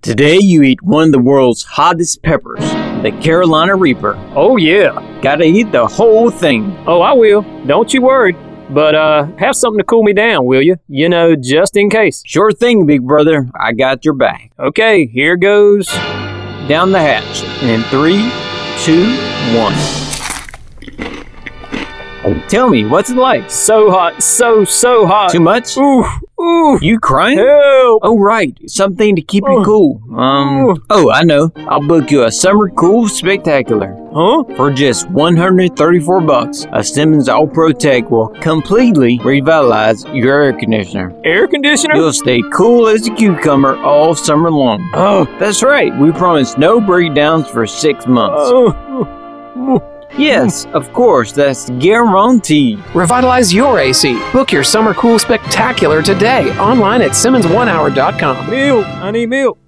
Today, you eat one of the world's hottest peppers, the Carolina Reaper. Oh, yeah. Gotta eat the whole thing. Oh, I will. Don't you worry. But uh, have something to cool me down, will you? You know, just in case. Sure thing, big brother. I got your back. Okay, here goes. Down the hatch in three, two, one. Tell me, what's it like? So hot, so, so hot. Too much? Ooh, ooh. You crying? Help. Oh, right. Something to keep you Ugh. cool. Um, Ugh. oh, I know. I'll book you a summer cool spectacular. Huh? For just 134 bucks, a Simmons All Pro Tech will completely revitalize your air conditioner. Air conditioner? You'll stay cool as a cucumber all summer long. Oh, that's right. We promise no breakdowns for six months. Oh. Yes, of course. That's guaranteed. Revitalize your AC. Book your Summer Cool Spectacular today online at SimmonsOneHour.com. Milk. I need milk.